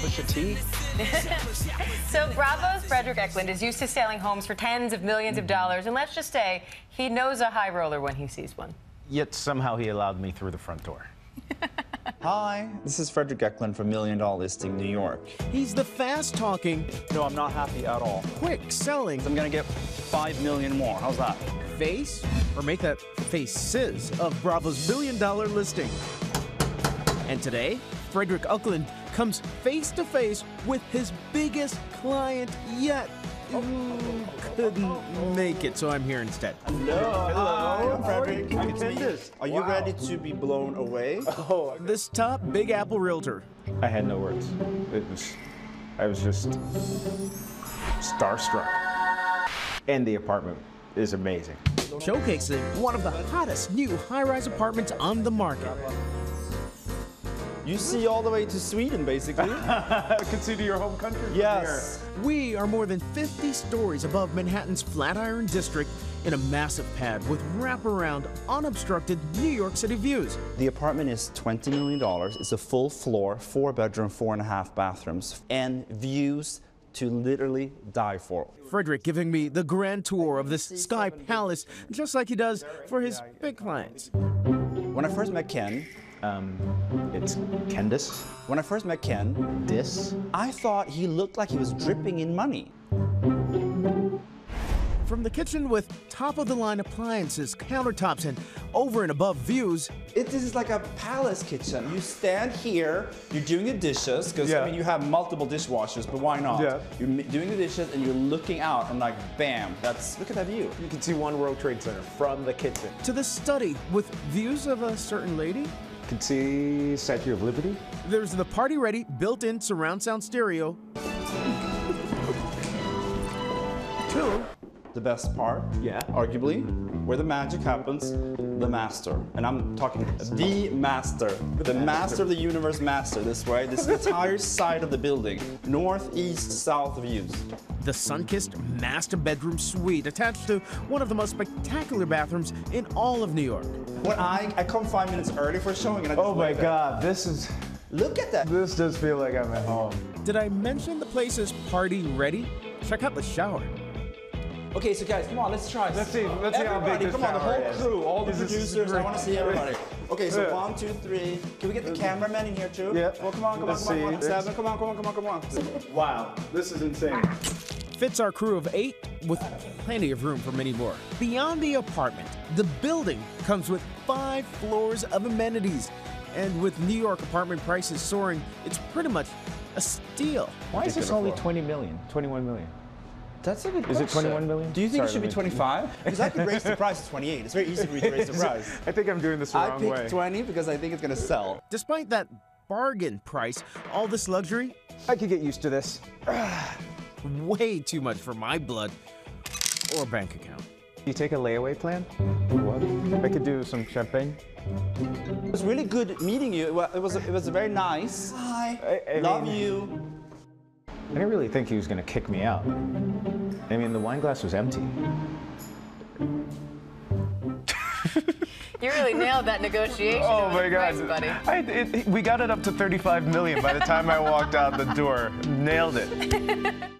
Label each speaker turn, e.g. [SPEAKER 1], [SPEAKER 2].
[SPEAKER 1] Pusha T.
[SPEAKER 2] So Bravo's Frederick Eklund is used to selling homes for tens of 1000000s
[SPEAKER 3] Mm-hmm.
[SPEAKER 2] of dollars, and let's just say he knows a high roller when he sees one.
[SPEAKER 1] Yet somehow he allowed me through the front door.
[SPEAKER 4] Hi, this is Frederick Eklund from Million Dollar Listing New York.
[SPEAKER 5] He's the fast talking,
[SPEAKER 4] No, I'm not happy at all.
[SPEAKER 5] quick selling
[SPEAKER 4] I'm gonna get five million more. How's that?
[SPEAKER 5] face, or make that face sizz, of Bravo's billion dollar listing. And today, Frederick Uckland comes face to face with his biggest client yet. Ooh, couldn't make it, so I'm here instead.
[SPEAKER 3] Hello, Frederick. It's me. Are you ready to be blown away?
[SPEAKER 5] This top Big Apple realtor.
[SPEAKER 3] I had no words. It was, I was just starstruck. And the apartment is amazing.
[SPEAKER 5] showcasing one of the hottest new high-rise apartments on the market.
[SPEAKER 4] You see all the way to Sweden, basically.
[SPEAKER 3] Consider your home country.
[SPEAKER 4] yes.
[SPEAKER 5] We are more than 50 stories above Manhattan's Flatiron District in a massive pad with wraparound, unobstructed New York City views.
[SPEAKER 4] The apartment is $20 million. It's a full floor, four bedroom, four and a half bathrooms, and views to literally die for.
[SPEAKER 5] Frederick giving me the grand tour of this Sky Palace, just like he does for his big clients.
[SPEAKER 4] When I first met Ken,
[SPEAKER 1] It's Kendis.
[SPEAKER 4] when I first met Ken,
[SPEAKER 1] Dis.
[SPEAKER 4] I thought he looked like he was dripping in money.
[SPEAKER 5] From the kitchen with top-of-the-line appliances, countertops, and over and above views,
[SPEAKER 4] It is like a palace kitchen. You stand here, you're doing the dishes, because
[SPEAKER 3] Yeah.
[SPEAKER 4] I mean, you have multiple dishwashers, but why not?
[SPEAKER 3] Yeah.
[SPEAKER 4] You're m- doing the dishes and you're looking out, and like, bam, that's, look at that view.
[SPEAKER 3] You can see One World Trade Center from the kitchen.
[SPEAKER 5] to the study with views of a certain lady,
[SPEAKER 3] You can see Statue of Liberty.
[SPEAKER 5] there's the party-ready built-in surround sound stereo
[SPEAKER 4] Two, the best part,
[SPEAKER 3] Yeah.
[SPEAKER 4] arguably, where the magic happens, the master. And I'm talking the master, the, master. of the universe, master. This way, this entire side of the building, north, east, south views.
[SPEAKER 5] The sun-kissed master bedroom suite attached to one of the most spectacular bathrooms in all of New York.
[SPEAKER 4] When I, I come five minutes early for showing, and I just
[SPEAKER 3] Oh my
[SPEAKER 4] leave it.
[SPEAKER 3] God, this is,
[SPEAKER 4] Look at that.
[SPEAKER 3] this does feel like I'm at home.
[SPEAKER 5] Did I mention the place is party ready? Check out the shower.
[SPEAKER 4] Okay, so guys, come on, let's try.
[SPEAKER 3] Let's see- let's see how big
[SPEAKER 4] everybody,
[SPEAKER 3] this
[SPEAKER 4] come on, the
[SPEAKER 3] tower
[SPEAKER 4] whole
[SPEAKER 3] is.
[SPEAKER 4] crew, all the
[SPEAKER 3] This is
[SPEAKER 4] producers. I
[SPEAKER 3] great.
[SPEAKER 4] want to see everybody. Okay, so
[SPEAKER 3] Yeah.
[SPEAKER 4] one, two, three. Can we get the cameraman in here too?
[SPEAKER 3] Yeah.
[SPEAKER 4] Well, come on, come on,
[SPEAKER 3] Let's
[SPEAKER 4] come on, come on,
[SPEAKER 3] see.
[SPEAKER 4] Seven, come on, come on, come on, come on.
[SPEAKER 3] Wow, this is insane.
[SPEAKER 5] Fits our crew of eight with plenty of room for many more. Beyond the apartment, the building comes with five floors of amenities. And with New York apartment prices soaring, it's pretty much a steal.
[SPEAKER 6] Why is this only 20 million? 21 million?
[SPEAKER 4] That's a good.
[SPEAKER 6] Is it 21 million?
[SPEAKER 4] Do you think
[SPEAKER 6] Sorry,
[SPEAKER 4] it should
[SPEAKER 6] let
[SPEAKER 4] be
[SPEAKER 6] me-
[SPEAKER 4] 25? Because I could raise the price to 28. It's very easy for me to raise the price.
[SPEAKER 3] I think I'm doing this the
[SPEAKER 4] I
[SPEAKER 3] wrong
[SPEAKER 4] picked
[SPEAKER 3] way.
[SPEAKER 4] 20 because I think it's gonna sell.
[SPEAKER 5] Despite that bargain price, all this luxury,
[SPEAKER 3] I could get used to this.
[SPEAKER 5] way too much for my blood or bank account.
[SPEAKER 3] You take a layaway plan? What? I could do some champagne.
[SPEAKER 4] It was really good meeting you. Well, it was it was very nice. Hi.
[SPEAKER 3] I- I
[SPEAKER 4] Love
[SPEAKER 3] mean-
[SPEAKER 4] you.
[SPEAKER 6] I didn't really think he was going to kick me out.
[SPEAKER 1] I mean, the wine glass was empty.
[SPEAKER 2] You really nailed that negotiation.
[SPEAKER 3] Oh my
[SPEAKER 2] Nice,
[SPEAKER 3] God!
[SPEAKER 2] buddy.
[SPEAKER 3] I, it, we got it up to 35 million by the time I walked out the door. Nailed it.